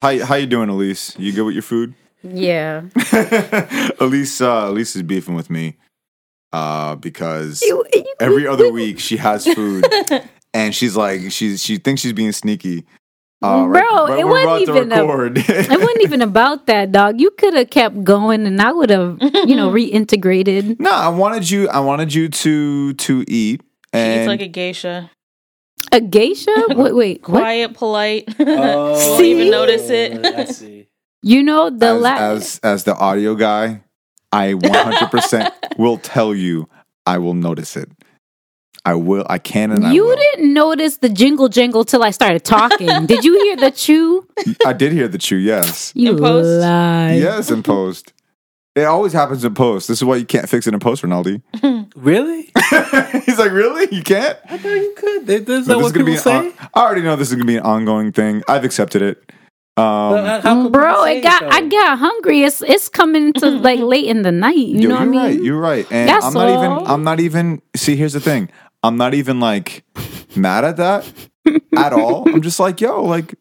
How how you doing, Elise? You good with your food? Yeah. Elise uh, Elise is beefing with me uh, because every other week she has food and she's like she she thinks she's being sneaky. Uh, Bro, it we're wasn't even a- record. It wasn't even about that, dog. You could have kept going and I would have, you know, reintegrated. no, I wanted you. I wanted you to to eat She's and like a geisha. A geisha? Wait, wait. What? Quiet, polite. Oh, Won't even notice Oh, it. I see. You know, the as, last. as as the audio guy, I 100 percent will tell you. I will notice it. I will. I can and I You will. didn't notice the jingle jingle till I started talking. Did you hear the chew? I did hear the chew. Yes. You In post? lied. Yes, in post. It always happens in post. This is why you can't fix it in post, Rinaldi. Really? He's like, really? You can't? I thought you could. That- That's No, this not what is gonna people be say. an on- I already know this is gonna be an ongoing thing. I've accepted it. But Um, how- how could people Mm, Bro, say it got though? I got hungry. It's it's coming to like late in the night. You yo, know what I you're mean? right. You're right. And That's I'm not all. even. I'm not even. See, here's the thing. I'm not even like mad at that at all. I'm just like, yo, like,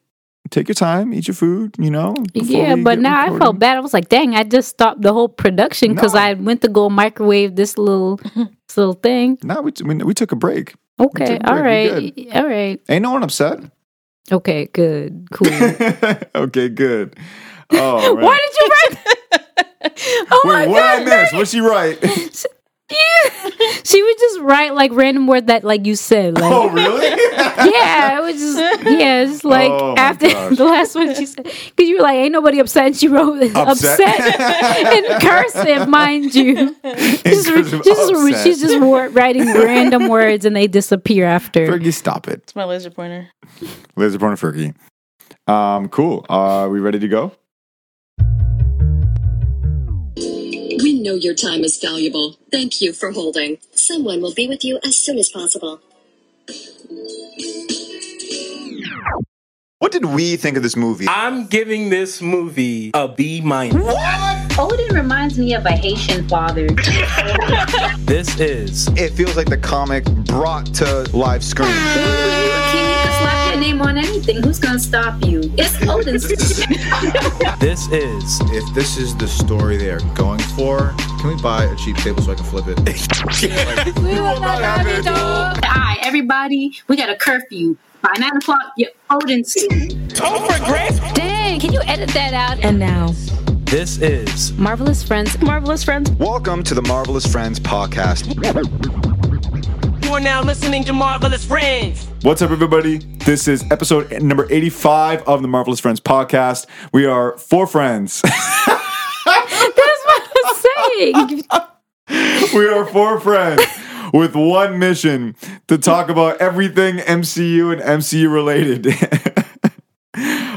take your time, eat your food. You know. before yeah, we but get now I felt recording. bad. I was like, dang, I just stopped the whole production because No. I went to go microwave this little this little thing. No, we, we we took a break. Okay, took a all break. right, all right, Ain't no one upset. okay, good, cool. okay, good. Oh, man. Why did you write? oh my Wait, what I god! missed? Was she right? Yeah. she would just write like random word that like you said. Like, oh, really? yeah, it was just yeah, it's just like Oh, my after gosh. the last one she said because you were like, ain't nobody upset. And she wrote upset, Upset. in cursive, mind you. Just, cursive, just, upset. she's just wor- writing random words and they disappear after. Fergie, stop it. it's my laser pointer. Laser pointer, Fergie. Um, cool. Are we ready to go? We know your time is valuable. Thank you for holding. Someone will be with you as soon as possible. What did we think of this movie? I'm giving this movie a B minus. Odin reminds me of a Haitian father. This is It feels like the comic brought to live screen. King, you can slap your name on anything. Who's gonna stop you? It's Odin's. this is if this is the story they are going for, can we buy a cheap table so I can flip it? Hi, everybody. We got a curfew. By nine o'clock, you're Odin's. Dang, can you edit that out? And now, this is Marvelous Friends. Marvelous Friends. Welcome to the Marvelous Friends podcast. You are now listening to Marvelous Friends. What's up, everybody? This is episode number 85 of the Marvelous Friends podcast. We are four friends. That's what I'm saying. we are four friends with one mission to talk about everything MCU and MCU related.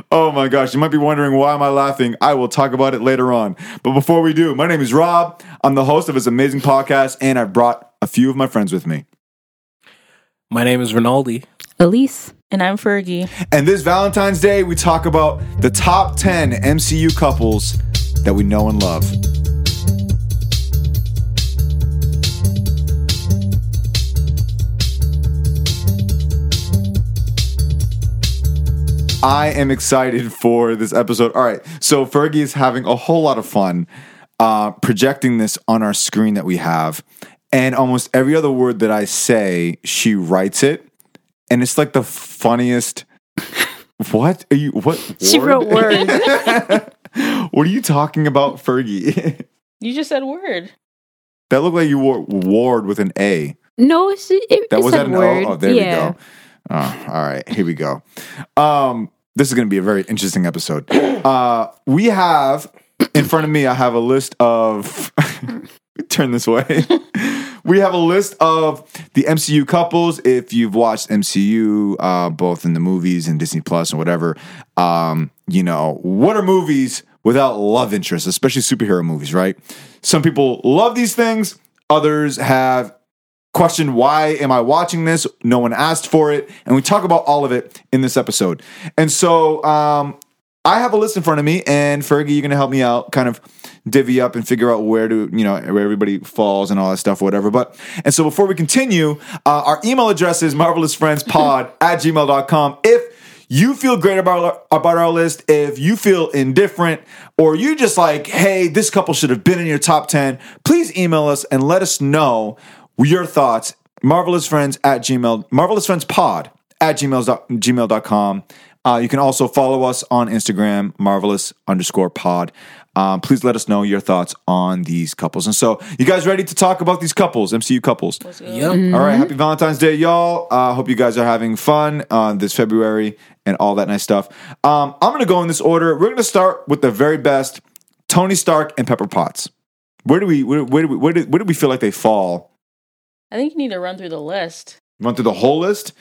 oh my gosh, you might be wondering why am I laughing? I will talk about it later on. But before we do, my name is Rob. I'm the host of this amazing podcast and I've brought a few of my friends with me. my name is Rinaldi. Elise. And I'm Fergie. And this Valentine's Day, we talk about the top 10 MCU couples that we know and love. I am excited for this episode. All right, so Fergie is having a whole lot of fun uh, projecting this on our screen that we have. And almost every other word that I say, she writes it and it's like the funniest. What are you? What She wrote words. what are you talking about, Fergie? You just said word. that looked like you wore Ward with an A. No, she, it, That it was that said an word. O. Oh, there yeah. we go. Oh, all right, here we go. Um, this is going to be a very interesting episode. Uh, we have in front of me. I have a list of. turn this way. we have a list of the MCU couples. If you've watched MCU, uh, both in the movies and Disney Plus and whatever, um, you know what are movies without love interest, especially superhero movies, right? Some people love these things. Others have question why am i watching this no one asked for it and we talk about all of it in this episode and so um i have a list in front of me and fergie you're gonna help me out kind of divvy up and figure out where to you know where everybody falls and all that stuff whatever but and so before we continue uh, our email address is marvelousfriendspod at gmail.com if you feel great about about our list. If you feel indifferent, or you just like, hey, this couple should have been in your top ten, please email us and let us know your thoughts. Marvelousfriends at gmail, marvelousfriendspod at gmail dot- gmail.com. Uh, you can also follow us on Instagram, marvelous underscore pod. Um, please let us know your thoughts on these couples. And so, you guys ready to talk about these couples, MCU couples? Yep. All right, happy Valentine's Day, y'all. I uh, hope you guys are having fun uh, this February and all that nice stuff. Um, I'm going to go in this order. We're going to start with the very best Tony Stark and Pepper Potts. Where do we where, where do we where do, where do we feel like they fall? I think you need to run through the list Run through the whole list.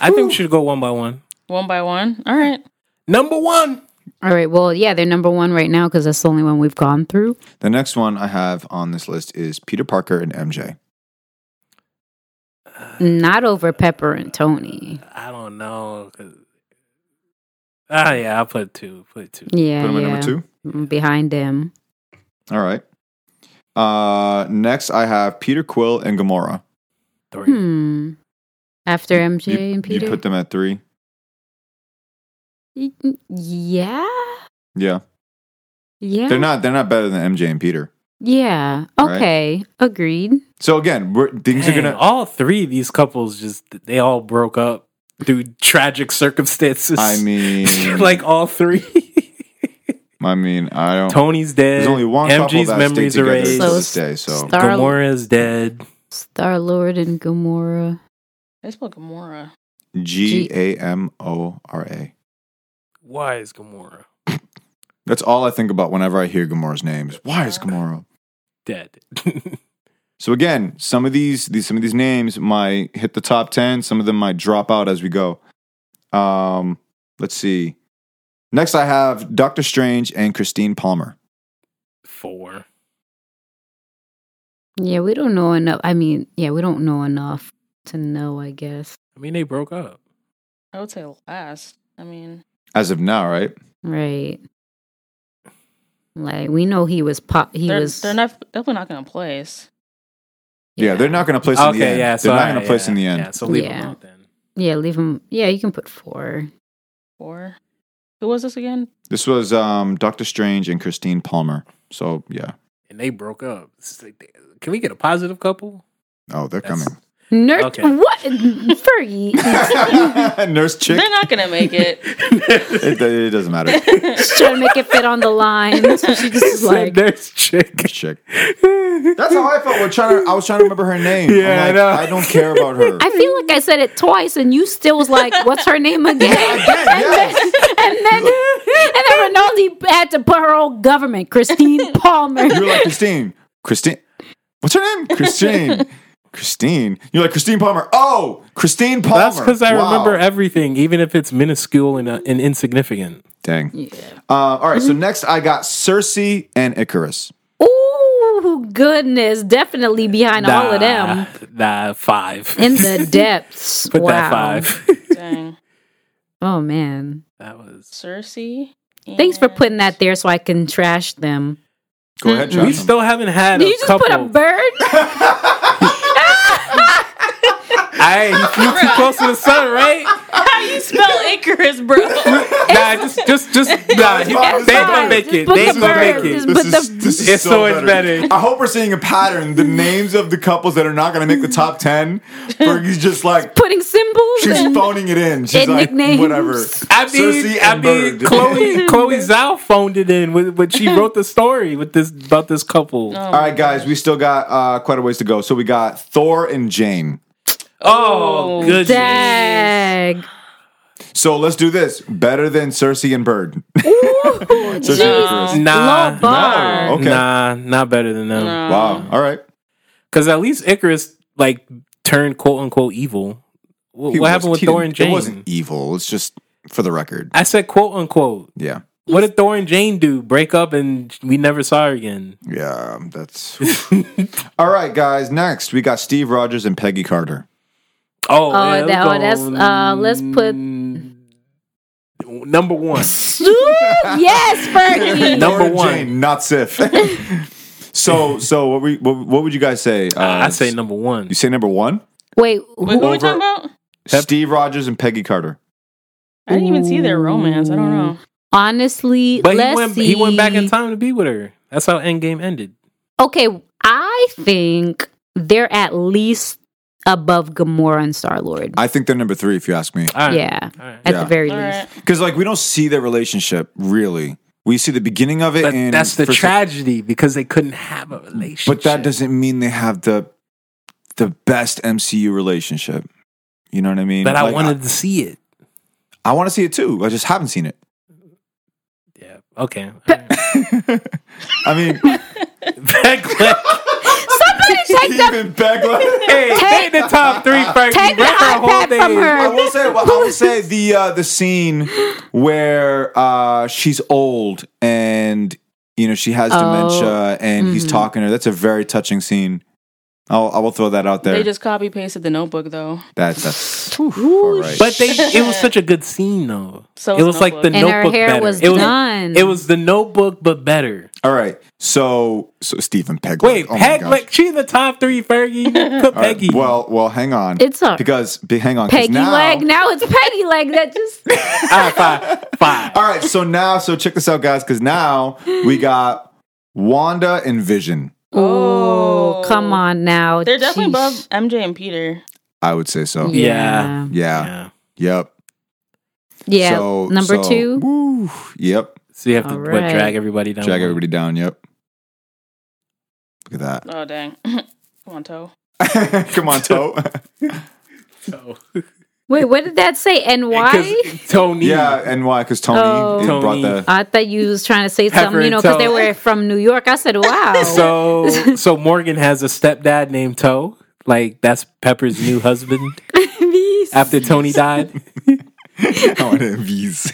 I think we should go one by one. one by one. All right. Number one. All right. Well, yeah, they're number one right now because that's the only one we've gone through. The next one I have on this list is Peter Parker and MJ. Not over Pepper and Tony. I don't know. 'cause- Ah, yeah, I'll put two. Put two. Yeah. Put him at yeah. number two. Mm, Behind him. All right. Uh, next I have Peter Quill and Gamora. Three. Hmm. After MJ You- and Peter. You put them at three. Y- yeah. Yeah, Yeah. they're not they're not better than MJ and Peter. Yeah. Right. Okay. Agreed. So again, we're, things are Dang, gonna. all three of these couples just they all broke up through tragic circumstances. I mean, like all three. I mean, I don't. Tony's dead. Oh. There's only one couple MG's that memories stayed together erased. to So this day. So Star- Gamora's dead. Star Lord and Gamora. I spelled Gamora. G A M O R A. Why is Gamora That's all I think about whenever I hear Gamora's names. Why is Gamora? dead? So again, some of these, these some of these names might hit the top ten. Some of them might drop out as we go. Um, let's see. Next, I have Doctor Strange and Christine Palmer. Four. Yeah, we don't know enough. I mean, yeah, we don't know enough to know, I guess. I mean, they broke up. I would say last. I mean, As of now, right? Right. Like we know he was pop. He they're, was. they're not definitely not going to place. Yeah, they're not going to place in the Okay, end. yeah. So they're not all going right, to place yeah, in the end. Yeah, so leave Yeah. them out then. Yeah, leave him. Yeah, you can put four. Four. Who was this again? This was um, Doctor Strange and Christine Palmer. So yeah. And they broke up. It's just like, can we get a positive couple? Oh, they're That's- coming. Nerd. Okay. What, Fergie? Nurse chick. They're not going to make it. It, it doesn't matter. She's trying to make it fit on the line. So she just is Said like, nurse chick. Nurse chick. That's how I felt. We're trying to, I was trying to remember her name. I'm Yeah, I like, know. I don't care about her. I feel like I said it twice, and you still was like, "What's her name again?" yes. and then, and then Rinaldi had to put her old government, Christine Palmer. You're like Christine. Christine. What's her name? Christine. Christine. You're like Christine Palmer. Oh, Christine Palmer. That's because I Wow. remember everything, even if it's minuscule and, uh, and insignificant. Dang. Uh, all right. So next, I got Cersei and Icarus. Ooh, goodness, definitely behind all of them Nah, five. in the depths. Put wow. that five. Dang. Oh man. that was. Cersei. Thanks for and- putting that there so I can trash them. Go ahead, Mm-hmm. We Josh. still haven't had Did a you just couple. put a bird? Hey, you flew too close to the sun, right? How you spell Icarus, bro? nah, just, just, just, nah. it's you- fine, it's they ain't gonna fine. make Just it. put They ain't the gonna bird. make it. Just- But the- It's so much better. I hope we're seeing a pattern. The names of the couples that are not going to make the top 10, Fergie's just like, Putting symbols? she's and- phoning it in. She's And like, nicknames. whatever. I mean, Cersei I and mean, Bird. Chloe, Chloe Zhao phoned it in when, when she wrote the story with this about this couple. All right, guys, we still got uh, quite a ways to go. So we got Thor and Jane. oh, goodness. Dag. So let's do this. Better than Cersei and Bird. Cersei and Icarus. Nah, Low bar. No, Oh, okay. nah, not better than them. Wow. All right. Because at least Icarus like turned quote unquote evil. Wh- What, He happened was- with he Thor didn't- and Jane? It wasn't e- evil. It's just for the record. I said quote unquote. Yeah. What did Thor and Jane do? Break up and we never saw her again. Yeah. That's. All right, guys. Next, we got Steve Rogers and Peggy Carter. Oh, Oh, yeah, that- oh, that's, let's uh, let's put- go- number one. Ooh, yes, Fergie. Number Thor and one. Jane, not Sif. so, so what, we, what, what would you guys say? Uh, I say number one. You say number one? Wait, Wait, who, who are Over- we talking about? Steve Rogers and Peggy Carter. I didn't even see their romance. I don't know. Honestly, But let's he went, see. he went back in time to be with her. That's how Endgame ended. Okay, I think they're at least above Gamora and Star Lord. I think they're number three, if you ask me. All right. Yeah, All right. at Yeah. the very All least. right. Because like we don't see their relationship really. We see the beginning of it. But in that's the First- tragedy because they couldn't have a relationship. But that doesn't mean they have the the best MCU relationship. You know what I mean? But I Like, wanted to see it. I, want to see it too. I just haven't seen it. Yeah. Okay. All right. I mean, Back left. Somebody take the even Beckley. Hey, take the top three first. take the Rip her whole iPad from thing. I her. will say, well, I will say the uh, the scene where uh, she's old and you know she has Oh, dementia and he's talking to her. That's a very touching scene. I'll, I will throw that out there. They just copy pasted the notebook though. that's that's Ooh, all right. But they, it was such a good scene though. So it was is like the And Notebook. her notebook hair better. was it was done. It was the notebook but better. all right. So so Stephen Pegg. Wait, oh my Peg, gosh. like she the top three, Fergie. Put All right, Peggy. Well, well, hang on. It's all right. because be- hang on. 'cause Peggy now, Ah, leg. Now it's Peggy leg. That just All right, five, five. All right. So now, so check this out, guys. Because now we got Wanda and Vision. oh, come on now. They're definitely above Sheesh. MJ and Peter. I would say Oh. so. Yeah. Yeah. Yeah. Yep. yeah. So- Number so- two. Woo, yep. So you have to All what, right. drag everybody down. Drag everybody down. Yep. Look at Oh dang. Come on, toe. that. Come on, Toe. So, Wait, what did that say? And why? 'cause Tony. yeah, and why? Because Tony Oh. it brought Tony. the. I thought you was trying to say Pepper something, you and know, because they toe. were from New York. I said, wow. So so Morgan has a stepdad named Toe. Like that's Pepper's new husband after Tony died. Oh, the V's.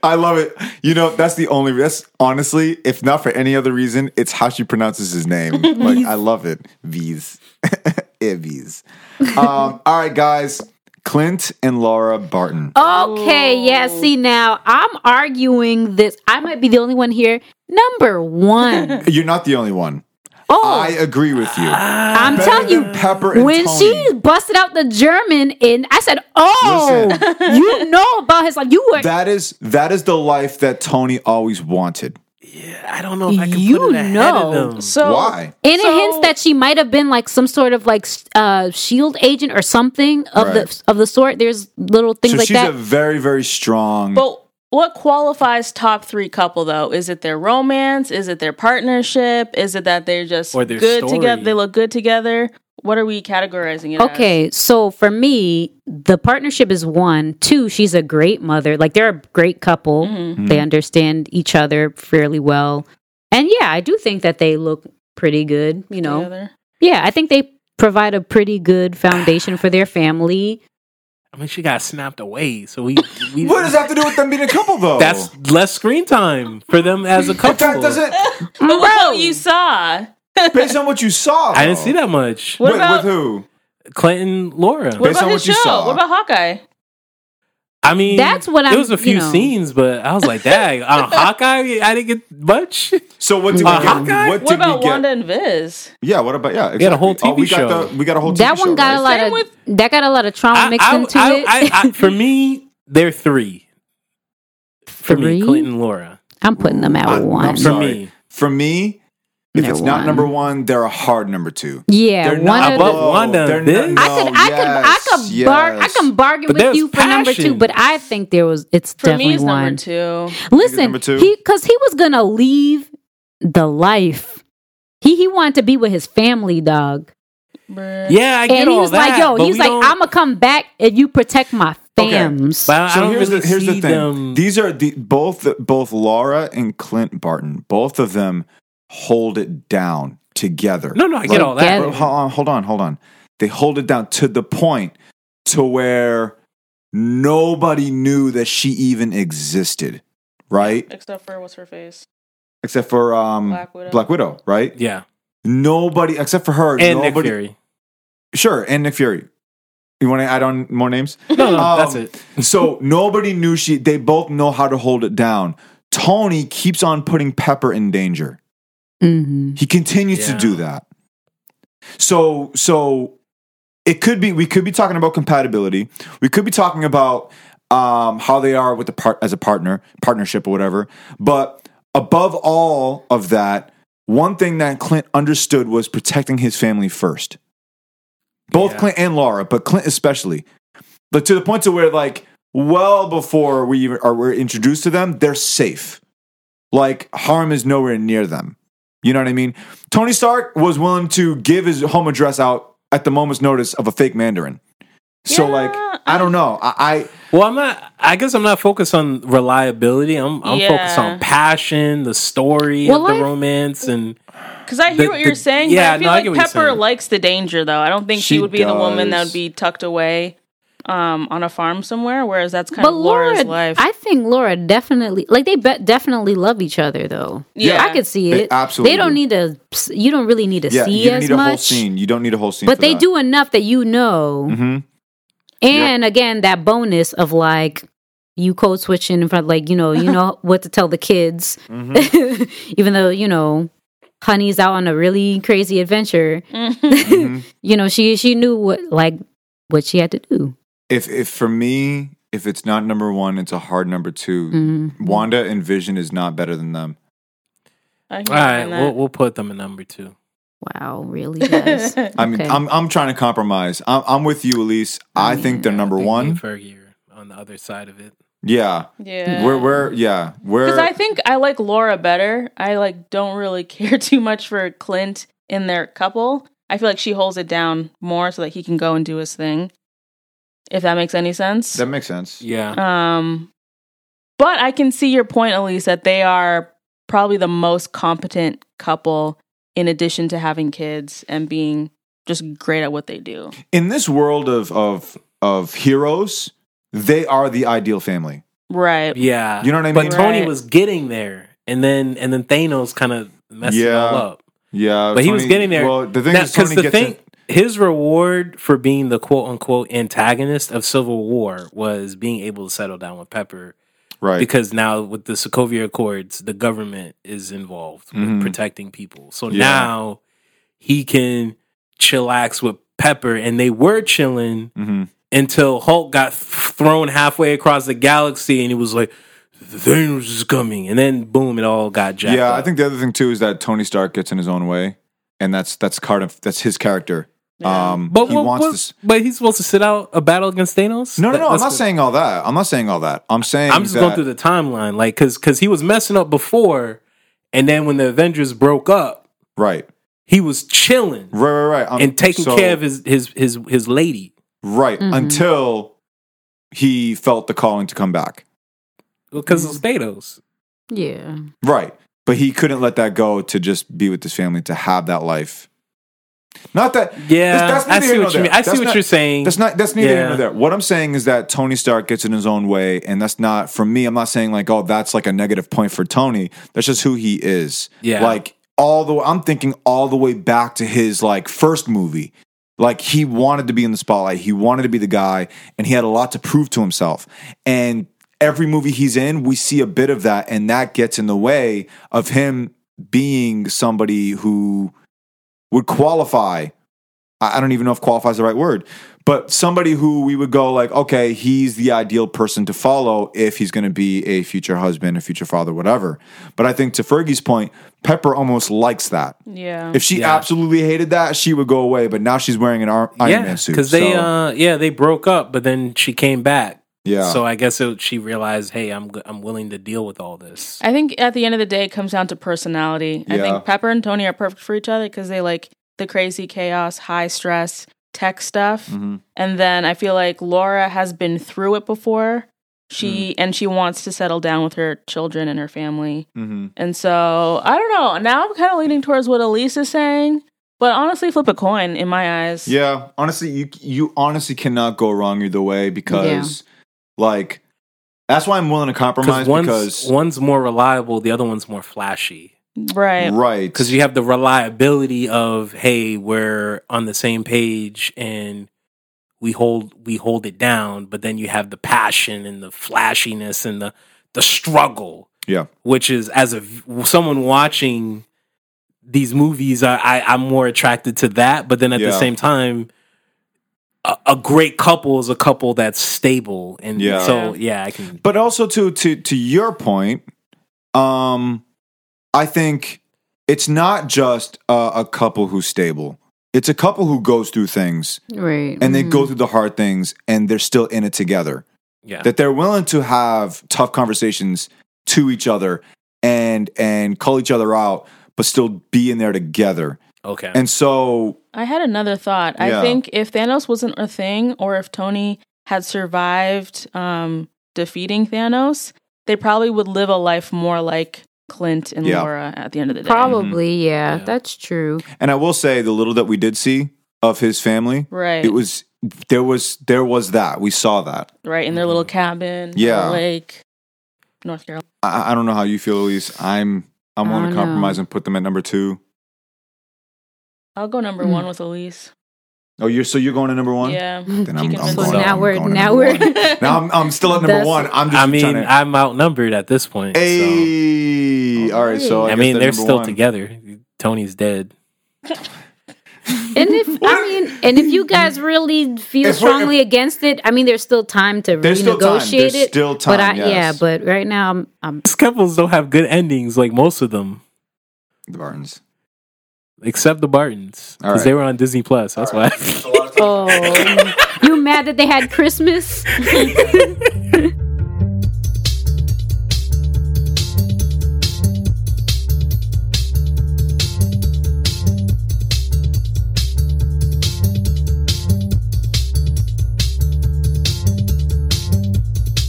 I love it. You know, that's the only. That's honestly, if not for any other reason, it's how she pronounces his name. Like I love it. V's. Eh, V's. Um, all right, guys. Clint and Laura Barton. Oh. okay, yeah, see now, I'm arguing this. I might be the only one here. Number one. You're not the only one. Oh, I agree with you. I'm Better telling you, than Pepper and when Tony. she busted out the German in, I said, oh, you know about his life. You were, That is that is the life that Tony always wanted. I don't know if I can You put it ahead know. of them. Oh, So Why? and it So- hints that she might have been like some sort of like s- uh, shield agent or something of Right. the of the sort. There's little things So like she's that. a very very strong. But what qualifies top three couple though? Is it their romance? Is it their partnership? Is it that they're just Or their good story. together? They look good together. What are we categorizing it? as? Okay, so for me, the partnership is one. Two, she's a great mother. Like they're a great couple. Mm-hmm. Mm-hmm. They understand each other fairly well. And yeah, I do think that they look pretty good, you know. Together. Yeah, I think they provide a pretty good foundation for their family. I mean, she got snapped away. So we. we what does that have to do with them being a couple though? That's less screen time for them as a couple. that doesn't But what you saw? based on what you saw. I didn't though. see that much. What Wait, about- with who? Clinton, Laura. What Based about on his what you show? saw. What about Hawkeye? I mean, That's what I'm- There was a few you know. scenes, but I was like, "Dang, on Hawkeye, I didn't get much." So what did Uh, we get? Hawkeye? What, What did about we get? Wanda and Viz? Yeah, what about yeah? had a whole exactly. Oh, TV we show. Got the, we got a whole TV That show, one got a right? lot Same of with- that got a lot of trauma I- mixed I- into I- it. I- I- for me, they're three. For Three? me, Clinton, Laura. I'm putting them at I- I'm one. Uh, For Sorry. me, uh, For me, if They're it's not one. number one, they're a hard number two. yeah, They're one not of above the below. Wanda They're this? not- I could, I could, I yes, could, bar- I yes. can bargain But with there's you for number two, passion. but I think there was. It's For definitely me, it's one. number two. Listen, number two? he because he was gonna leave the life. He he wanted to be with his family, dog. Bruh. yeah, I get And he all was that. like, "Yo," but he was we like, don't- "I'm gonna come back and you protect my fams." But I, I So don't here's, really the, here's see the thing. them. These are the both both Laura and Clint Barton. Both of them hold it down together. no, no, I get all that. But hold on, hold on, hold on. They hold it down to the point to where nobody knew that she even existed, right? Except for what's her face? Except for um, Black Widow. right? Yeah, Nobody except for her. and nobody, Nick Fury. Sure, and Nick Fury. You want to add on more names? No, no, Um, that's it. so nobody knew she. They both know how to hold it down. Tony keeps on putting Pepper in danger. hmm He continues Yeah. to do that. So so it could be we could be talking about compatibility. We could be talking about um, how they are with the part as a partner, partnership or whatever. But above all of that, one thing that Clint understood was protecting his family first. Both Yeah. Clint and Laura, but Clint especially. But to the point to where like well before we even are we're introduced to them, they're safe. Like harm is nowhere near them. You know what I mean? Tony Stark was willing to give his home address out at the moment's notice of a fake Mandarin. So Yeah, like I don't know. I, Well, I'm not. I guess I'm not focused on reliability. I'm, I'm Yeah. focused on passion, the story Well, of the I- romance, and Because I hear The- what you're the- saying. yeah, Yeah, but no, I I get feel what like you're Pepper saying. likes the danger, though. I don't think she, She would be the woman that does. would be tucked away um, on a farm somewhere. Whereas that's kind But of Laura, Laura's life. I think Laura definitely like they be- definitely love each other though. Yeah. I could see it. They absolutely They do. don't need to. You don't really need to I yeah, you see don't as need a much. whole scene. You don't need a whole scene. But for they that. Mm-hmm, do enough that you know. And again, that bonus of like you code switching in front, like you know, you know what to tell the kids, Mm-hmm. even though you know Honey's out on a really crazy adventure. mm-hmm. you know, she she knew what like what she had to do. If if for me, if it's not number one, it's a hard number 2 Mhm. Wanda and Vision is not better than them. I hear all right, you on we'll, we'll put them in number two. Wow, really? Yes. I mean, Okay. I'm I'm trying to compromise. I'm, I'm with you, Elise. I, think they're number I think me and one. Fergie are on the other side of it. Yeah, that. yeah. we're we're yeah we're. Because I think I like Laura better. I like don't really care too much for Clint in their couple. I feel like she holds it down more so that he can go and do his thing. If that makes any sense. that makes sense. Yeah, Um, but I can see your point, Elise, that they are probably the most competent couple in addition to having kids and being just great at what they do. In this world of of of heroes, they are the ideal family. Right. yeah. You know what I mean? But Tony Right. was getting there, and then and then Thanos kind of messed it Yeah. all up. Yeah, But he was Tony- getting there. Well, the thing Now- is, Tony the gets thing, it. his reward for being the quote unquote antagonist of Civil War was being able to settle down with Pepper right. because now with the Sokovia Accords, the government is involved Mhm. with protecting people. So Yeah. now he can chillax with Pepper, and they were chilling Mhm. until Hulk got th- thrown halfway across the galaxy, and he was like, "Thanos is coming," and then boom, it all got jacked. yeah, I up. think the other thing too is that Tony Stark gets in his own way, and that's that's kind of that's his character. Um, But he what- wants what- to. s- but he's supposed to sit out a battle against Thanos. No, no, That- no. I'm that's not what- saying all that. I'm not saying all that. I'm saying I'm just that, going through the timeline, like because because he was messing up before, and then when the Avengers broke up, right, he was chilling right, right, right. I'm- and taking Um, so- care of his his his his lady. right until he felt the calling to come back. Because it's Mm-hmm. Thanos. yeah. Right, but he couldn't let that go to just be with his family to have that life. Not that. Yeah, I neither see here nor what you there. mean. I see That's what not- you're saying. That's not that's neither here nor Yeah. there. What I'm saying is that Tony Stark gets in his own way, and that's not for me. I'm not saying like, oh, that's like a negative point for Tony. That's just who he is. Yeah. Like all the I'm thinking all the way back to his like first movie. Like he wanted to be in the spotlight. He wanted to be the guy, and he had a lot to prove to himself. And every movie he's in, we see a bit of that, and that gets in the way of him being somebody who would qualify I I don't even know if qualify is the right word, but somebody who we would go like, okay, he's the ideal person to follow if he's going to be a future husband, a future father, whatever. But I think to Fergie's point, Pepper almost likes that. Yeah. If she Yeah. absolutely hated that, she would go away. But now she's wearing an Ar- Iron yeah, Man suit. because they so, uh yeah they broke up, but then she came back. yeah, So I guess it, she realized, hey, I'm g- I'm willing to deal with all this. I think at the end of the day, it comes down to personality. I Yeah. think Pepper and Tony are perfect for each other because they like the crazy chaos, high stress, tech stuff. Mm. And then I feel like Laura has been through it before. She and she wants to settle down with her children and her family. hmm And so I don't know. Now I'm kind of leaning towards what Elise is saying, but honestly, flip a coin in my eyes. yeah. Honestly, you you honestly cannot go wrong either way because, like, that's why I'm willing to compromise Because one's because one's more reliable, the other one's more flashy. Right. right Because you have the reliability of hey, we're on the same page and we hold we hold it down, but then you have the passion and the flashiness and the the struggle. yeah which is as a v- someone watching these movies, I, I I'm more attracted to that. But then at Yeah. the same time, a, a great couple is a couple that's stable, and Yeah. so yeah, I can. But also to to to your point, um, I think it's not just a, a couple who's stable. It's a couple who goes through things Right. Mm-hmm. and they go through the hard things and they're still in it together. Yeah, That they're willing to have tough conversations to each other and and call each other out, but still be in there together. okay. And so I had another thought. Yeah. I think if Thanos wasn't a thing, or if Tony had survived um, defeating Thanos, they probably would live a life more like Clint and Yeah. Laura at the end of the day. Probably, yeah, Yeah. That's true. and I will say the little that we did see of his family, Right. it was there was there was that. We saw that. right in their little cabin. Mm-hmm. Yeah. Yeah. Lake. North Carolina. I, I don't know how you feel, Elise. I'm I'm I willing to don't know. compromise and put them at number two. I'll go number Mm. one with Elise. Oh, you're so you're going to number one? Yeah. Then I'm, She I'm going. convinced me. So now I'm we're- going to now number we're- one. now I'm, I'm still at number That's- one. I'm just I mean, trying to, I'm outnumbered at this point. so- hey, all right. So I, I guess mean, they're they're number still one. together. Tony's dead. And if I mean, and if you guys really feel If we're- strongly against it, I mean, there's still time to There's still time. renegotiate There's it. still but I, time, yes. yeah, but right now I'm, I'm These couples don't have good endings, like most of them, The Bartons. except the Bartons, All because right. they were on Disney Plus. That's why. oh, you mad that they had Christmas?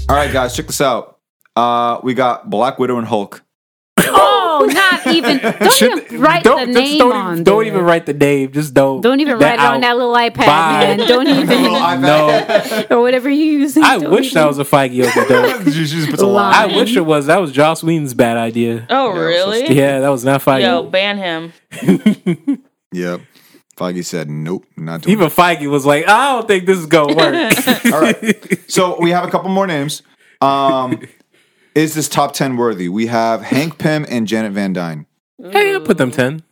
All right, guys, check this out. Uh, we got Black Widow and Hulk. oh, not even. Don't even write the just name don't even, on. Don't there. even write the name. Just don't. Don't even write it on that out. little iPad, Bye. man. Don't Oh, even iPad. or whatever you use. I wish that was a Feige open door. she just puts a line. I wish it was. That was Joss Whedon's bad idea. Oh, Yeah, really? Yeah, that was not Yo, Feige. ban him. Yep. Foggy said, "Nope, not doing." Even Feige was like, I don't think this is gonna work. it. All right. So we have a couple more names. Um, is this top ten worthy? We have Hank Pym and Janet Van Dyne. hey, I'll put them ten.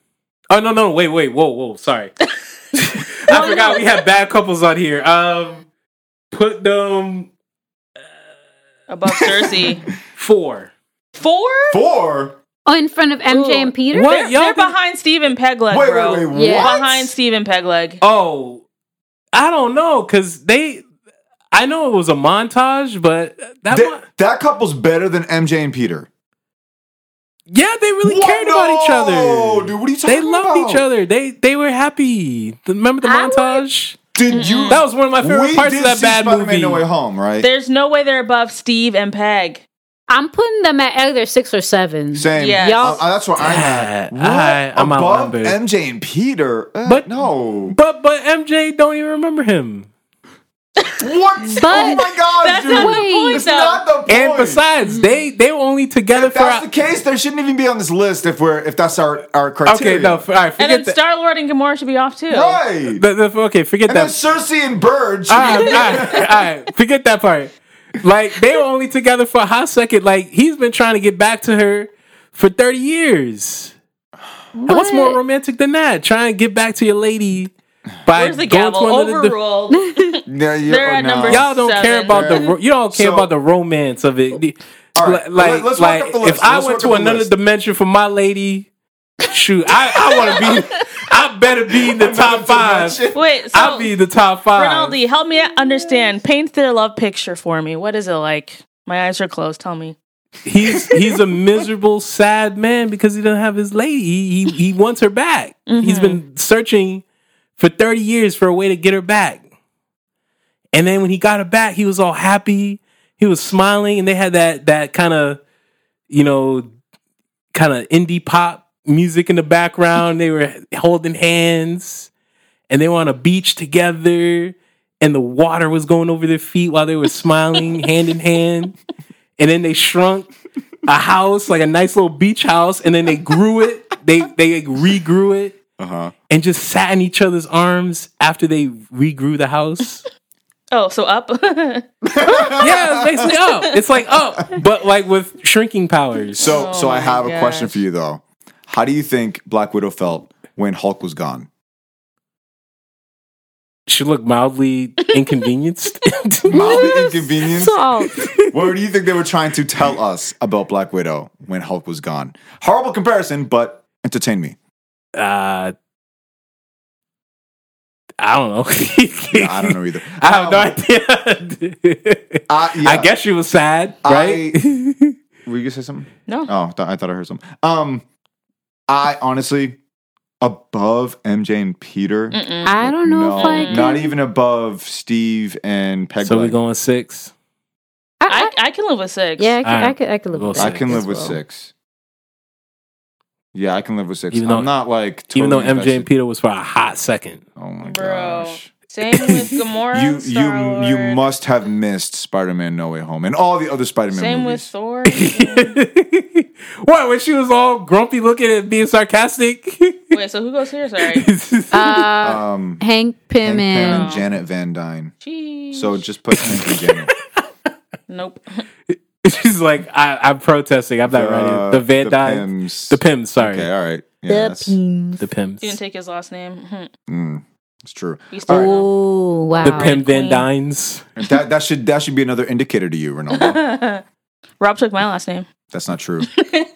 Oh no, no, wait, wait, whoa, whoa, sorry. I forgot we have bad couples on here. Um, put them Above Cersei. four. Four? Four. oh, in front of MJ and Peter. What y'all? They're think- behind Steven Pegleg, Wait, bro. wait, wait. Yeah. What? Behind Steven Pegleg. Oh, I don't know, cause they. I know it was a montage, but that Th- one, that couple's better than MJ and Peter. yeah, they really cared about each No, other. dude, what are you talking they loved about? each other. They they were happy. Remember the I would- Mm. montage? Did you? That was one of my favorite we parts did of that see bad Spider-Man movie. No Way Home, right? There's no way they're above Steve and Peg. I'm putting them at either six or seven. Same. Yes. Uh, uh, that's what I'm at. Yeah, I- I'm Above outnumbered. MJ and Peter. Uh, But- no. But but MJ don't even remember him. What? oh my god, That's dude. not the point, It's though. not the point. And besides, they they were only together if for that's the case, there shouldn't even be on this list if we're if that's our our criteria. okay. No, f- all right. And Forget then that. Star Lord and Gamora should be off too. right. the- the- okay, forget and then that. Ah. Cersei and Burge. All right, all right, all right, forget that part. Like they were only together for a hot second. Like he's been trying to get back to her for thirty years. And what's What? more romantic than that? Trying to get back to your lady by Where's the going gavel? to another. diff- Overruled. Yeah, you- They're oh, at no. number Y'all don't care Seven. about the ro- you don't care So- about the romance of it. The- All right, let- li- Like, let's walk like up the list. if I Let's went walk to up the another list. dimension for my lady, shoot, I, I want to be, I better be in the top five. Wait, so I'll be the top five. Rinaldi, help me understand. Paint their love picture for me. What is it like? My eyes are closed. Tell me. He's he's a miserable, sad man because he doesn't have his lady. He he, he wants her back. He's been searching for thirty years for a way to get her back. And then when he got her back, he was all happy. He was smiling, and they had that that kind of you know kind of indie pop music in the background. they were holding hands, and they were on a beach together. And the water was going over their feet while they were smiling, hand in hand and then they shrunk a house, like a nice little beach house, and then they grew it. They they regrew it Uh-huh. and just sat in each other's arms after they regrew the house. Oh, so up? yeah, it's basically up. It's like up, but like with shrinking powers. So so Oh I my have a question gosh. for you though. How do you think Black Widow felt when Hulk was gone? She looked mildly inconvenienced. Mildly inconvenienced. Salt. What do you think they were trying to tell us about Black Widow when Hulk was gone? Horrible comparison, but entertain me. uh, I don't know. Yeah, I don't know either. Um, I have no idea. I, yeah. I guess she was sad, I- right? Were you gonna say something? No. Oh, th- I thought I heard something. Um, I honestly above MJ and Peter. I don't know if I can. not even above Steve and Peg. so we're Leg. going six. I, I can live with six. yeah, I can, Alright. I can, I can live We'll with see. I that can as live with well. six. Yeah, I can live with six. Even though- I'm not like even though totally MJ and invested. Peter was for a hot second. Oh my Bro. gosh. Same with Gamora. You Star-Lord. you you must have missed Spider-Man: No Way Home and all the other Spider-Man Same with movies. Thor. what? When she was all grumpy looking and being sarcastic? Wait, so who goes here? Sorry. Uh, um, Hank Hank Pym Pym. and Janet Van Dyne. Jeez. So just put Hank and Janet. nope. She's like, I, I'm protesting. I'm not Uh, writing the Van the Dyne, Pims. the Pims. Sorry, Okay, all right. Yeah, that's, the Pims, You didn't take his last name. Hmm. mm, it's true. We still don't know. Oh wow. the Pim Van Queen. Dynes. That that should that should be another indicator to you, Ronaldo. Rob took my last name That's not true. that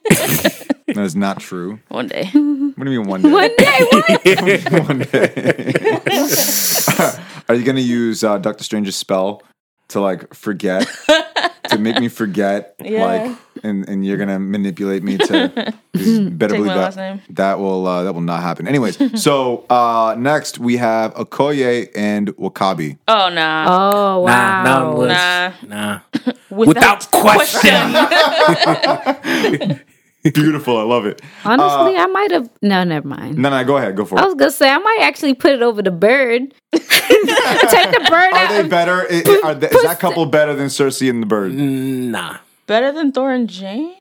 is not true. one day. What do you mean one day? One day, what? One day. Are you gonna use uh, Doctor Strange's spell to like forget to make me forget? Yeah. Like, and and you're gonna manipulate me to you better Take believe my that last name. that will uh, that will not happen. Anyways, so uh, next we have Okoye and Wakabi. Oh nah. oh wow. Nah, nah, I'm with- Nah. nah. Without question. Beautiful, I love it. Honestly, I might have. No, never mind. Uh, No, no, go ahead, go for I it. was gonna say I might actually put it over the bird. Take the bird Are out. they better? I- I- Are th- is that couple better than Cersei and the bird? Nah. Better than Thor and Jane?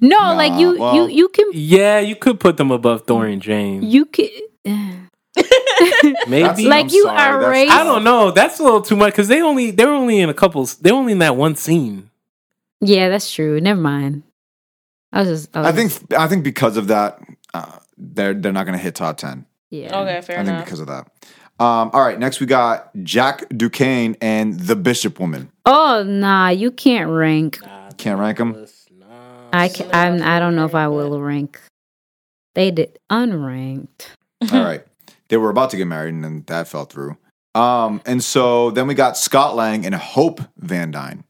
no, like you, well- you, you can, Yeah, you could put them above Dorian James. you can. Maybe. Like I'm you sorry, are that's- raised- I don't know. That's a little too much because they only they were only in a couple. They were only in that one scene. Yeah, that's true. Never mind. I was just. was I think just- I think because of that, uh, they're they're not going to hit top ten. Yeah. Okay, fair I think enough. because of that. Um, all right, next we got Jack Duquesne and the Bishop Woman. Oh nah, you can't rank. Can't rank them. I can, I'm. I don't know if I will rank. They did unranked. All right, they were about to get married, and then that fell through. Um, and so then we got Scott Lang and Hope Van Dyne.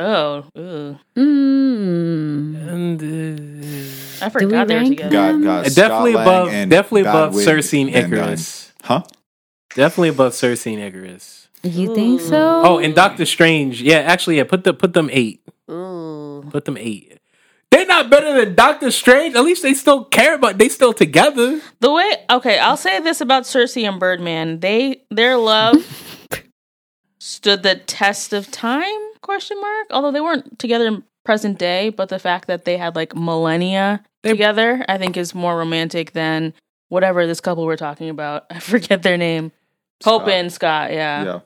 Oh, ooh. Mm. And, uh, I forgot we they were rank together. Got, got Uh, Scott definitely Lang above, and definitely above Godwin Cersei and Van Dyne. Icarus. Huh? Definitely above Cersei and Icarus. You think so? Oh, and Doctor Strange. Yeah, actually, yeah. Put the put them eight. Ooh. Put them eight. They're not better than Doctor Strange. At least they still care about. They still together. The way okay, I'll say this about Cersei and Birdman. They their love stood the test of time, question mark. Although they weren't together in present day, but the fact that they had like millennia together, I think is more romantic than whatever this couple we're talking about. I forget their name. Hope Scott. and Scott, yeah. Yeah.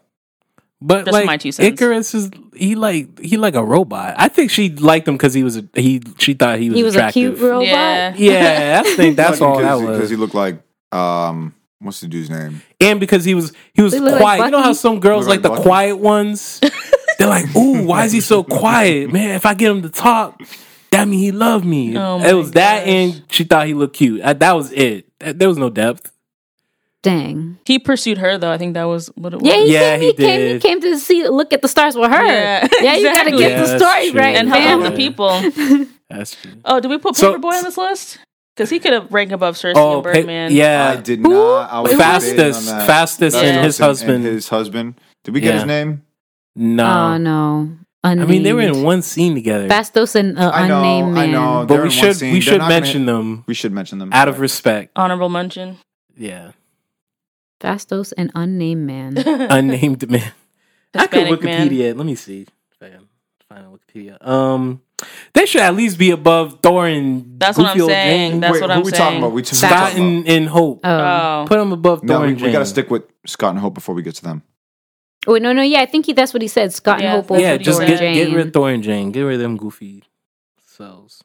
But That's like my two cents. Icarus is he like he like a robot. I think she liked him because he was a, he. She thought he was he was a attractive. cute robot. Yeah. Yeah, I think that's all that was. Because he looked like um, what's the dude's name? and because he was he was They quiet. look like you know how Bucky. some girls Look like like the Bucky. quiet ones. They're like, "Ooh, why is he so quiet, man? If I get him to talk, that mean he loved me." Oh my it was that, gosh. and she thought he looked cute. Uh, that was it. Uh, There was no depth. Dang. He pursued her though. I think that was what it was. Yeah, he, Yeah, came, he he, came. He did. came to see, look at the stars with her. Yeah, Yeah, you gotta exactly. get Yeah, the that's story true. right, and Yeah. help fam. other people. That's true. Oh, did we put So- Paperboy on this list? Because he could have ranked above Cersei Oh, and pa- Birdman. I yeah, did not. I was Fastest- debating on that. Fastest That's and what I his was saying, husband. and his husband. Did we get Yeah. his name? no. Oh no. I Unnamed. mean, they were in one scene together, Fastos and uh, I know. unnamed I man. know. but They're we in one should scene. we They're should not gonna- mention them We should mention them out of respect. Honorable mention. Yeah, Fastos and unnamed man. unnamed man. I Hispanic could man. Wikipedia. it. Let me see if I can find on Wikipedia. Um, they should at least be above Thor and That's what I'm Goofy old saying. James. That's Wait, what who I'm we saying. talking about? We t- we Scott talking about? and, and Hope. Oh. Oh. Put them above No, Thor we, and we got to Jane. stick with Scott and Hope before we get to them. Wait, Oh, no, no, yeah, I think he, that's what he said. Scott Yeah, and Hope that's Yeah, over what he just Dorian get, said. get Jane. rid of Thor and Jane. Get rid of them goofy selves.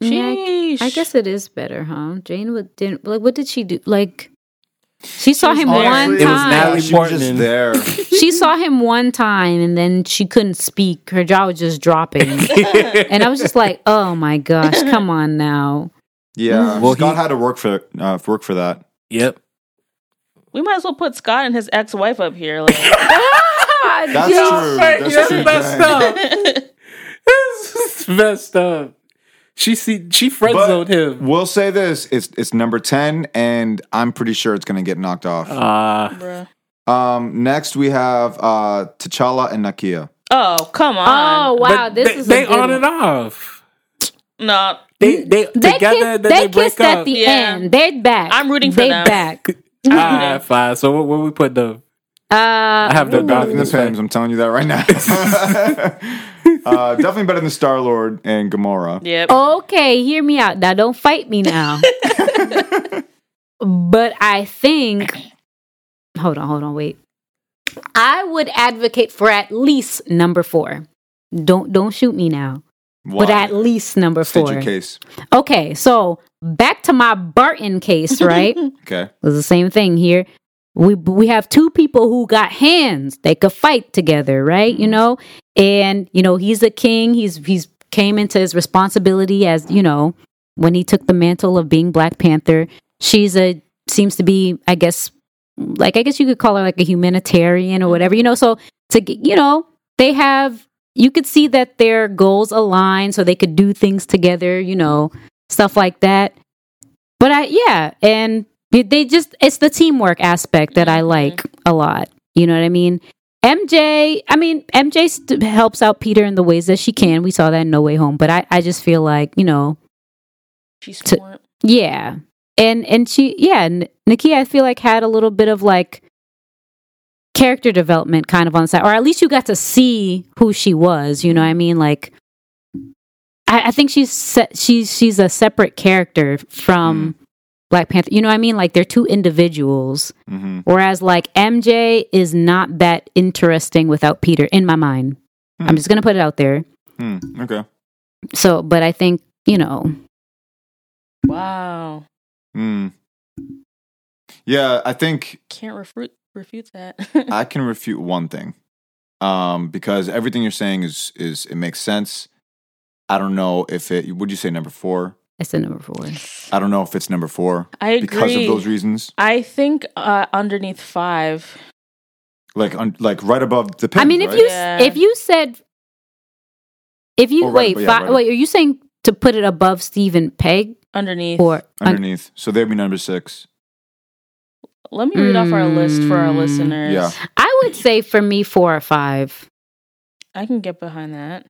Yeah, I- Sheesh. I guess it is better, huh? Jane would, didn't like. What did she do? Like, She saw him one Honestly, It was time. Natalie She was just Portman. there. she saw him one time and then she couldn't speak. Her jaw was just dropping. and I was just like, oh my gosh, come on now. Yeah, Well, Scott he- had to work for uh, work for that. Yep. We might as well put Scott and his ex wife up here. Like, That's true. That's, true. messed dang. up. That's messed up. She see she friend But zoned him. We'll say this: it's it's number ten, and I'm pretty sure it's going to get knocked off. Uh, bruh. Um, next we have uh, T'Challa and Nakia. oh, come on. Oh, wow. but this they, is they a good on one. and off. No. They they, They together kissed, then they they, break kissed at up. the Yeah. end. They're back. I'm rooting for they them. back. Ah, fine. So where, where we put them? I Uh, have their Better than the Pims, documents. I'm telling you that right now. uh, definitely better than Star Lord and Gamora. Yep. Oh. okay, hear me out. Now, don't fight me now. but I think, hold on, hold on, wait. I would advocate for at least number four. Don't don't shoot me now, Why? but at least number State four. your case. Okay, so back to my Barton case, right? it Okay. was the same thing here. We we have two people who got hands. They could fight together, right? You know, and you know he's a king. He's he's came into his responsibility as you know when he took the mantle of being Black Panther. She's a seems to be, I guess, like I guess you could call her like a humanitarian or whatever. You know, so to g- you know they have. You could see that their goals align, so they could do things together. You know, stuff like that. But I, yeah, and they- they just, it's the teamwork aspect that I like a lot. You know what I mean? MJ, I mean, MJ st- helps out Peter in the ways that she can. We saw that in No Way Home, but I, I just feel like, you know, She's to- smart. yeah. And, and she, yeah, N- Nikki, I feel like had a little bit of like character development kind of on the side, or at least you got to see who she was. You know what I mean? Like, I, I think she's se- she's she's a separate character from Black Panther. You know what I mean? Like they're two individuals. Mm-hmm. Whereas like MJ is not that interesting without Peter in my mind. Hmm. I'm just gonna put it out there. Hmm. Okay. So, but I think you know, Wow. Mm. Yeah, I think Can't refute refute that. I can refute one thing, um, because everything you're saying is is it makes sense. I don't know if it. Would you say number four? it's the number four. I don't know if it's number four I agree. because of those reasons. I think uh, underneath five. Like, un, like right above the. I mean, if right? you s Yeah. if you said if you Or right- wait, yeah, fi- right. wait, are you saying to put it above Stephen Peg Underneath. or un- underneath, so they'd be number six. Let me read off our list for our Mm. listeners. Yeah. I would say for me four or five. I can get behind that.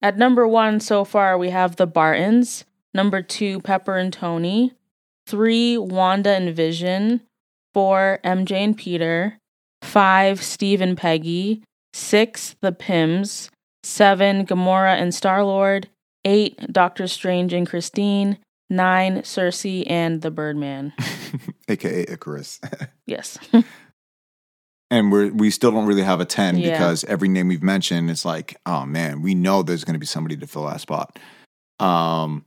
At number one so far, we have the Bartons. Number two, Pepper and Tony. Three, Wanda and Vision. Four, MJ and Peter. Five, Steve and Peggy. Six, the Pims. Seven, Gamora and Star Lord. Eight, Doctor Strange and Christine. Nine, Cersei and the Birdman. aka Icarus. Yes. and we're we still don't really have a ten Yeah. because every name we've mentioned, it's like, oh man, we know there's going to be somebody to fill that spot. Um,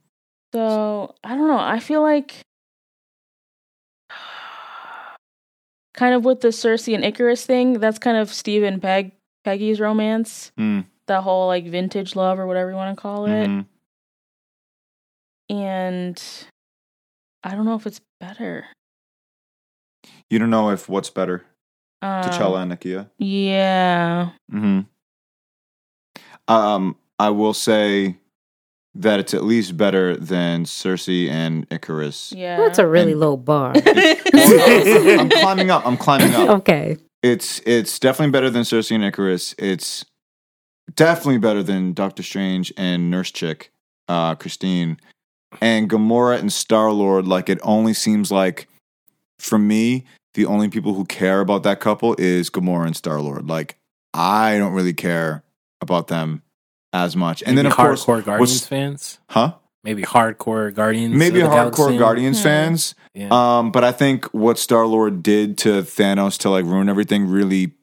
So I don't know. I feel like kind of with the Cersei and Icarus thing, that's kind of Steve and Peg Peggy's romance. Mm. That whole like vintage love or whatever you want to call it. mhm. Mm-hmm. And I don't know if it's better. you don't know if what's better, Um, T'Challa and Nakia. Yeah. Mm-hmm. Um, I will say that it's at least better than Cersei and Icarus. Yeah. That's a really And- low bar. Oh, no, I'm climbing up. I'm climbing up. okay. it's it's definitely better than Cersei and Icarus. It's definitely better than Doctor Strange and Nurse Chick, uh, Christine, and Gamora and Star Lord. Like it only seems like, for me, the only people who care about that couple is Gamora and Star Lord. Like I don't really care about them as much. And then Maybe of hardcore course, Guardians what's- fans. huh? Maybe hardcore Guardians. Maybe of the hardcore Galaxy. Guardians Hmm. fans. Yeah. Oh, Um, but I think what Star Lord did to Thanos to like ruin everything really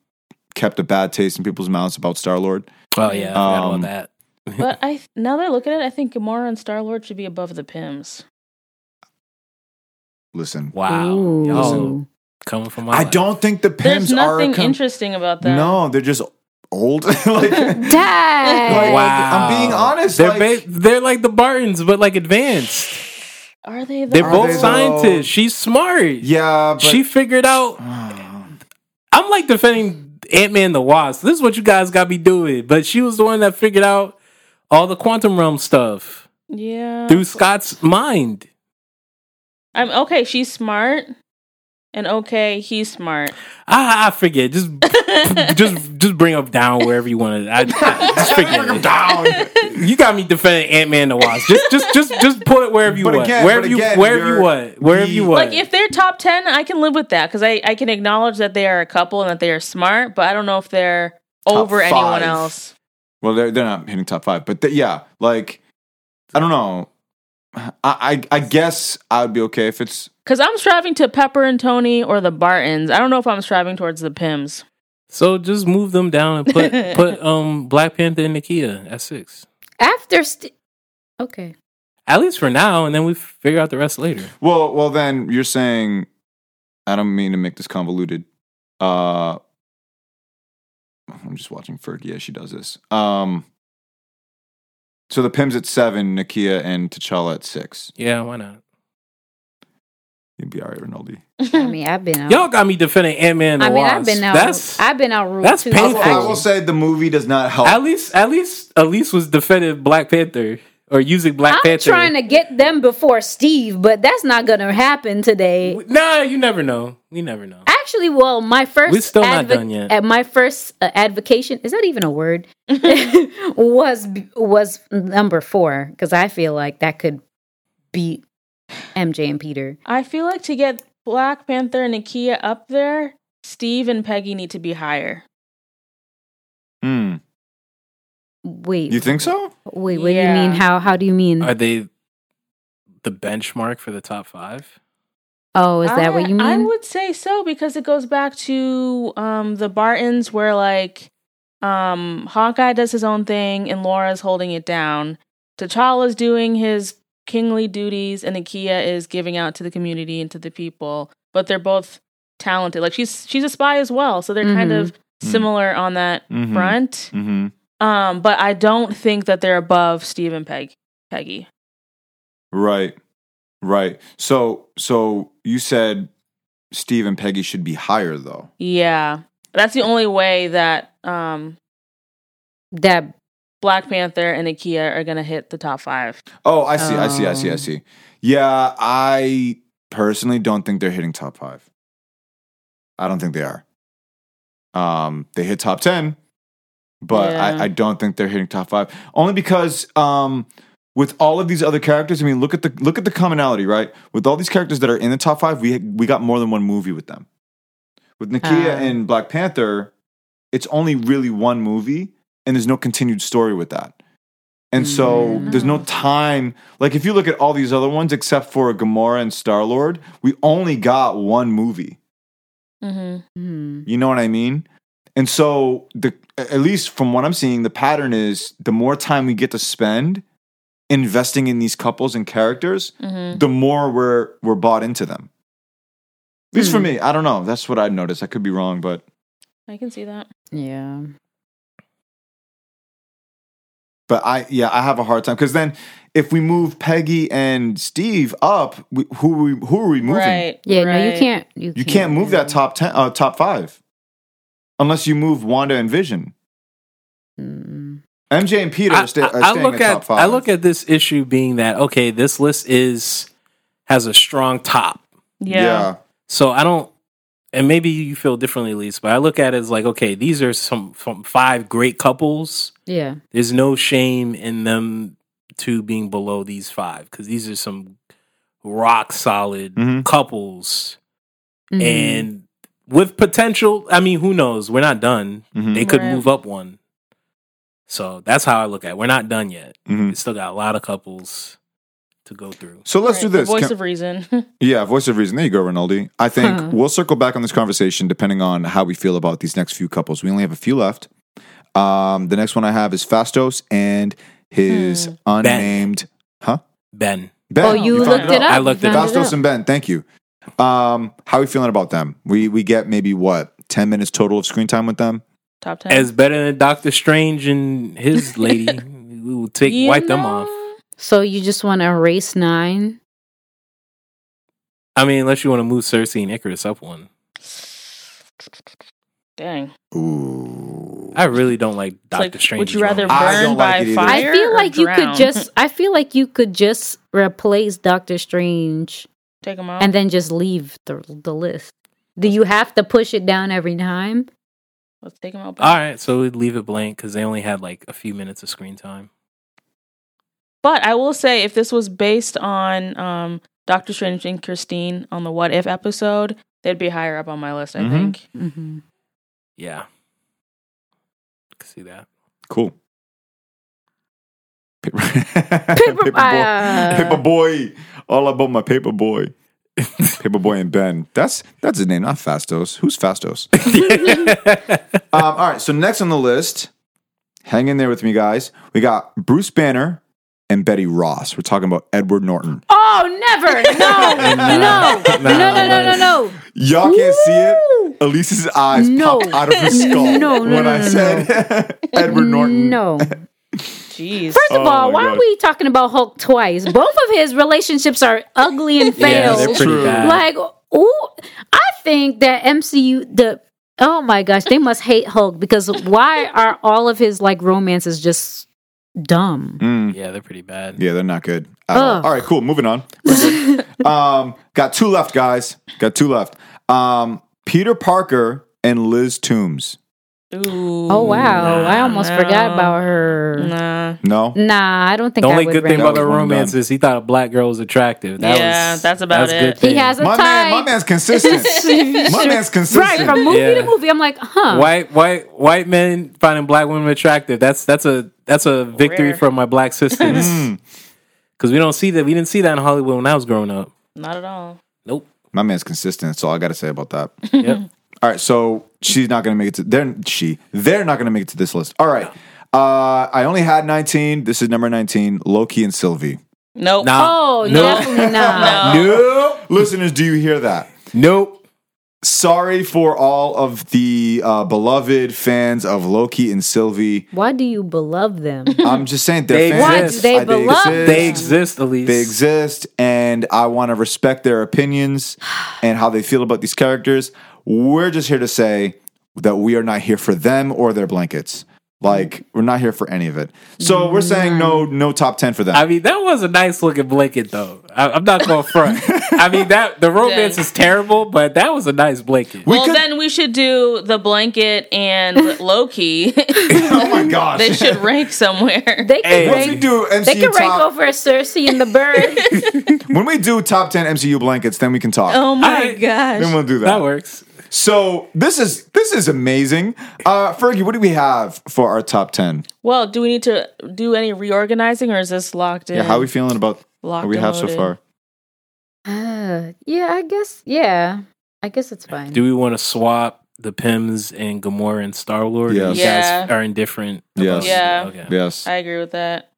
kept a bad taste in people's mouths about Star Lord. oh yeah, I forgot um, about that. but I th- now that I look at it, I think Gamora and Star Lord should be above the Pims. Listen, Wow. Ooh. Y'all, coming from my I life. don't think the There's Pims are. nothing a com- interesting about that. No, they're just old. like, like, Dad. Wow. I'm being honest. They're like, ba- they're like the Bartons, but like advanced. Are they? They're Are both they, though? scientists. She's smart. yeah, but Ah. she figured out. I'm like defending Ant Man the Wasp. This is what you guys got to be doing. But she was the one that figured out all the quantum realm stuff yeah. through Scott's mind. I'm okay. She's smart, and okay, he's smart. I, I forget. Just just just bring them down wherever you want to. I, I- just forget. it. down. You got me defending Ant Man the Wasp. Just just just just put it wherever you But want. again- wherever but you again, wherever you you're want. Wherever you the- want. Like if they're top ten, I can live with that because I I can acknowledge that they are a couple and that they are smart, but I don't know if they're Top over five. anyone else. well, they're, they're not hitting top five, but they- yeah, like I don't know. I, I I guess I'd be okay if it's Because I'm striving to Pepper and Tony or the Bartons. I don't know if I'm striving towards the Pims. so just move them down and put put um Black Panther and Nakia at six. After. St- okay. At least for now, and then we figure out the rest later. well, well then you're saying I don't mean to make this convoluted. Uh, I'm just watching Ferg. Yeah, she does this. Um, so the Pims at seven, Nakia and T'Challa at six. Yeah, why not? You'd be all right, Rinaldi. I mean, I've been out. Y'all got me defending Ant Man the I mean, Wasp. I've been out. That's I've been out. Rude that's too. I will, painful. I will say the movie does not help. at least at least Elise was defending Black Panther or using Black I'm Panther. trying to get them before Steve, but that's not gonna happen today. Nah, you never know. You never know. Actually, well, my first We're still not done yet. At my first uh, advocation, is that even a word? was was number four because I feel like that could beat MJ and Peter. I feel like to get Black Panther and Nakia up there, Steve and Peggy need to be higher. Hmm. Wait, You think so? wait, what do Yeah. you mean? How how do you mean? Are they the benchmark for the top five? oh, is that what you mean? I would say so because it goes back to um, the Bartons, where like um, Hawkeye does his own thing and Laura's holding it down. T'Challa's doing his kingly duties, and Nakia is giving out to the community and to the people. But they're both talented. Like she's she's a spy as well, so they're kind Mhm. of similar on that Mhm. front. Mm-hmm. Um, but I don't think that they're above Steve and Peg Peggy. Right. Right. So so you said Steve and Peggy should be higher though. Yeah, that's the only way that um, that Black Panther and Ikea are gonna hit the top five. Oh, I see. I see. I see. I Um. see. Yeah, I personally don't think they're hitting top 5. I don't think they are. Um they hit top 10, but Yeah. I I don't think they're hitting top 5 only because um with all of these other characters, I mean, look at the look at the commonality, right? With all these characters that are in the top 5, we we got more than one movie with them. With Nakia Ah. and Black Panther, it's only really one movie and there's no continued story with that. And so Mm. there's no time. Like if you look at all these other ones, except for Gamora and Star Lord, we only got one movie. Mm-hmm. hmm, You know what I mean? And so the at least from what I'm seeing, the pattern is the more time we get to spend investing in these couples and characters, Mm-hmm. the more we're we're bought into them. At least for me, I don't know. That's what I've noticed. I could be wrong, but I can see that. yeah. But I, yeah, I have a hard time because then if we move Peggy and Steve up, we, who we, who are we moving? Right. Yeah, no, you right. can't. You, You can't move that top ten, uh, top five, unless you move Wanda and Vision. Mm. MJ and Peter I, are, sta- I- are I staying look at, at top five. I look at this issue being that okay, this list is has a strong top. Yeah. So I don't, and maybe you feel differently, Lise, but I look at it as like, okay, these are some, some five great couples. Yeah, There's no shame in them two being below these five because these are some rock solid Mhm. couples Mhm. Mm-hmm. and with potential. I mean, who knows? We're not done. Mhm. They could Right. move up one. So that's how I look at it. We're not done yet. Mhm. We still got a lot of couples to go through. So let's Right. do The this. voice Can- of reason. yeah, voice of reason. There you go, Rinaldi. I think Huh. we'll circle back on this conversation depending on how we feel about these next few couples. We only have a few left. Um, the next one I have is Fastos and Hmm. his unnamed Ben. Ben. Oh, you found looked it up. Oh, I looked Oh, You it found up. Bastos and Ben, thank you. Um, how are we feeling about them? We we get maybe what ten minutes total of screen time with them. Top ten. As better than Doctor Strange and his lady. we will take You wipe them know? off. So you just want to erase nine? I mean, unless you want to move Cersei and Icarus up one. Dang. Ooh, I really don't like Doctor like, Strange. Would you rather wrong. I burn don't like it by either. fire? I feel or like you could drown? just. I feel like you could just replace Doctor Strange take them out. and then just leave the the list. Do you have to push it down every time? Let's take them out. All right, so we'd leave it blank because they only had like a few minutes of screen time. But I will say, if this was based on um, Doctor Strange and Christine on the What If episode, they'd be higher up on my list. I Mhm. think. Mm-hmm. Yeah, Could see that. cool. Paper, Paper, paper boy, paper boy, all about my paper boy, paper boy and Ben. That's that's his name, not Fastos. Who's Fastos? um, all right, so next on the list, hang in there with me, guys. We got Bruce Banner and Betty Ross. We're talking about Edward Norton. Oh, never! No, no, no, no, no, no, no. Y'all can't see Woo! it. Elise's eyes No. popped out of her skull No, no, when no, I no, said Edward Norton. No. Jeez. First of Oh all, my why God. are we talking about Hulk twice? Both of his relationships are ugly and Yeah, failed. they're pretty True. bad. Like, ooh, I think that MCU the oh my gosh, they must hate Hulk because why are all of his like romances just dumb? Mm. yeah, they're pretty bad. Yeah, they're not good. at all. Ugh. all right, cool. Moving on. We're good. um, got two left, guys. Got two left. Um, Peter Parker and Liz Toombs. Ooh. Oh wow, I almost no. forgot about her. Nah. No, Nah, I don't think The only I would good thing rank about That the was one and romance done. is he thought a black girl was attractive. That Yeah, was, that's about that's a good it. it. he thing. has a my man, my type. man's consistent. my man's right consistent. from movie Yeah. to movie. I'm like, huh? white white white men finding black women attractive. That's that's a that's a victory Rare. for my black sisters Mm. because we don't see that we didn't see that in Hollywood when I was growing up. Not at all. Nope. My man's consistent. That's all I got to say about that. Yep. All right, so she's not going to make it to they're she they're not going to make it to this list. All right, uh, I only had nineteen. This is number nineteen. Loki and Sylvie. Nope. Nah. Oh, Nope. definitely not. No. Nope. Listeners, do you hear that? Nope. Sorry for all of the uh, beloved fans of Loki and Sylvie. Why do you beloved them? I'm just saying they're They fans. Why do they I- beloved exist. They exist, Elise. They exist, and I want to respect their opinions and how they feel about these characters. We're just here to say that we are not here for them or their blankets. Like we're not here for any of it. So we're saying no, no top ten for them. I mean, that was a nice looking blanket, though. I, I'm not going to front. I mean, that the romance Dang. is terrible, but that was a nice blanket. we well, could- then we should do the blanket and Loki. oh my gosh! they should rank somewhere. They could Hey. Once we rank. do They MCU could rank top, over Cersei and the bird. when we do top ten MCU blankets, then we can talk. oh my I- gosh. then we'll do that works. So this is this is amazing. Uh Fergie, what do we have for our top ten? Well, do we need to do any reorganizing or is this locked in? Yeah, how are we feeling about Locked what we and have so loaded. far? Uh, yeah, I guess. Yeah, I guess it's fine. Do we want to swap the Pims and Gamora and Star Lord? Yes. You Yeah. guys are indifferent. Yes. Yeah. Okay. Yes. I agree with that.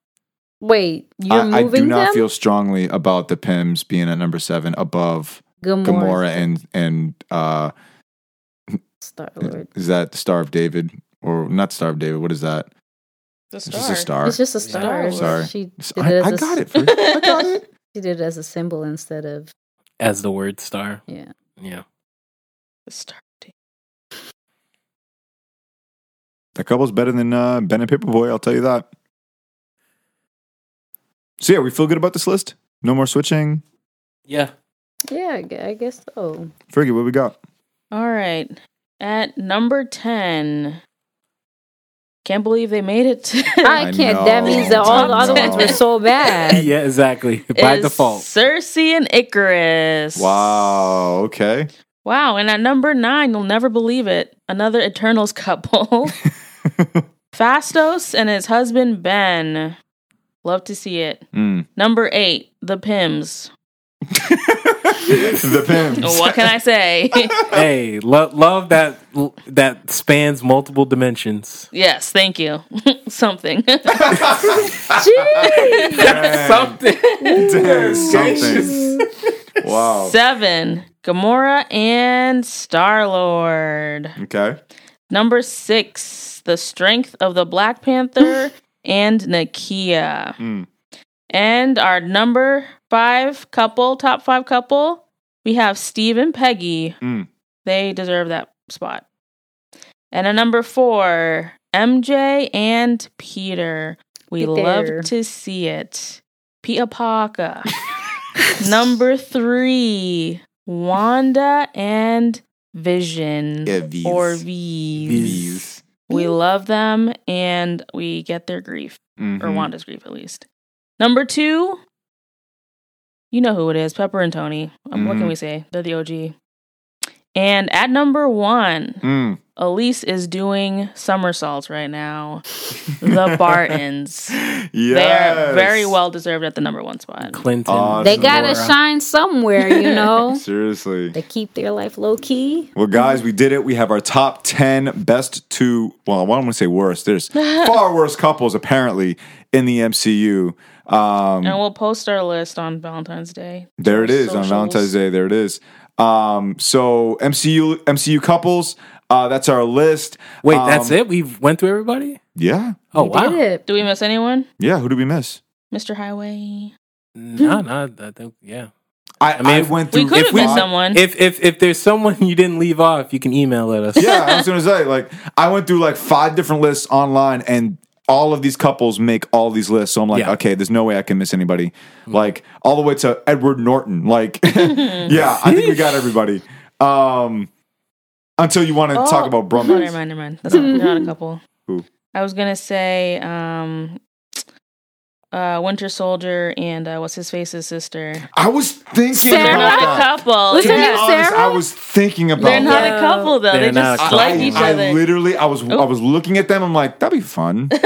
Wait, you're I, I moving do not them? feel strongly about the Pims being at number seven above Gamora, Gamora and and uh Star Lord. is that Star of David? Or not Star of David, what is that? The It's just a star. star. It's just a Yeah. star. Star Sorry. She did, it I, as I a- got it. Fergie. I got it. she did it as a symbol instead of As the word star. yeah. Yeah. The star. That couple's better than uh, Ben and Paperboy, I'll tell you that. So yeah, we feel good about this list. No more switching. Yeah. Yeah, I gue- I guess so. Fergie, what we got? All right. At number 10. Can't believe they made it. I, I can't. That know, means that all the I other ones know. were so bad. yeah, exactly. By Is default. Cersei and Icarus. Wow. Okay. Wow. And at number nine, you'll never believe it. Another Eternals couple. Fastos and his husband Ben. Love to see it. Mm. Number eight, the Pims. the Pims. What can I say? Hey, lo- love that that spans multiple dimensions. yes, thank you. Something. Jeez. Dang. Something. Dang, something. Wow. Seven, Gamora and Star Lord. Okay. Number six, the strength of the Black Panther and Nakia. Mm. And our number five couple, top five couple, we have Steve and Peggy. Mm. They deserve that spot. And a number four, MJ and Peter. We Peter. love to see it. Pia Parker. number three, Wanda and Vision. Yeah, V's. Or V's. V's. We love them and we get their grief, or Mm-hmm. Mhm. Wanda's grief at least. Number two, you know who it is Pepper and Tony. Um, What can Mm-hmm. Mhm. we say? They're the OG. And at number one, Mm. Elise is doing somersaults right now. The Bartons. Yes. They are very well deserved at the number one spot. Clinton. Aw, They gotta Nora. shine somewhere, you know. Seriously. they keep their life low key. Well, guys, we did it. We have our top 10 best two. Well, I want to say worst. There's far worse couples, apparently, in the MCU. Um, And we'll post our list on Valentine's Day. there it is on Socials. Valentine's Day. There it is. Um, so, MCU MCU couples, uh, that's our list. Wait, Um, that's it? We went through everybody? Yeah. Oh, We wow. did it. Do we miss anyone? Yeah. Who did we miss? Mr. Highway. No, no, I think, yeah. I, I mean, I if- went through. We could if have we- missed someone. If if if there's someone you didn't leave off, you can email at us. yeah, I was gonna say like I went through like five different lists online, and all of these couples make all these lists. So I'm like, Yeah. okay, there's no way I can miss anybody. Like all the way to Edward Norton. Like, yeah, I think we got everybody. Um, until you want to Oh. talk about Oh, never bromance. mind, never mind. That's not, they're not a couple. Who? I was gonna say, um, uh, Winter Soldier and uh, what's his face's sister. I was thinking Sarah? They're about not that. a couple. Listen To be to Yeah. honest, Sarah? I was thinking about They're not that. a couple though. They They're not just a like couple. each I other. Oh. literally, I was, I was looking at them. I'm like, that'd be fun, but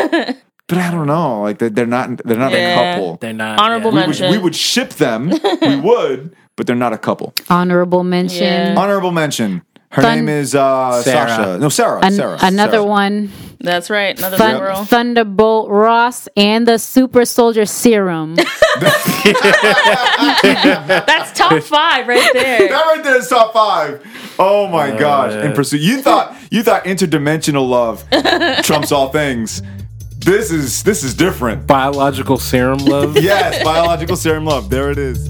I don't know. Like, they're, they're not, they're not Yeah. a couple. They're not Honorable We yeah. would, mention. we would ship them. we would, but they're not a couple. Honorable mention. Yeah. Honorable mention. Her Thun- name is uh, Sarah. Sasha. No, Sarah. An- Sarah. another Sarah. one. That's right. Another Thun- girl. Thunderbolt Ross and the Super Soldier Serum. That's top five right there. That right there is top five. Oh my gosh! In pursuit, you thought you thought interdimensional love trumps all things. This is this is different. biological serum love. Yes, biological serum love. There it is.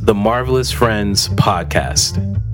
the Marvelous Friends Podcast.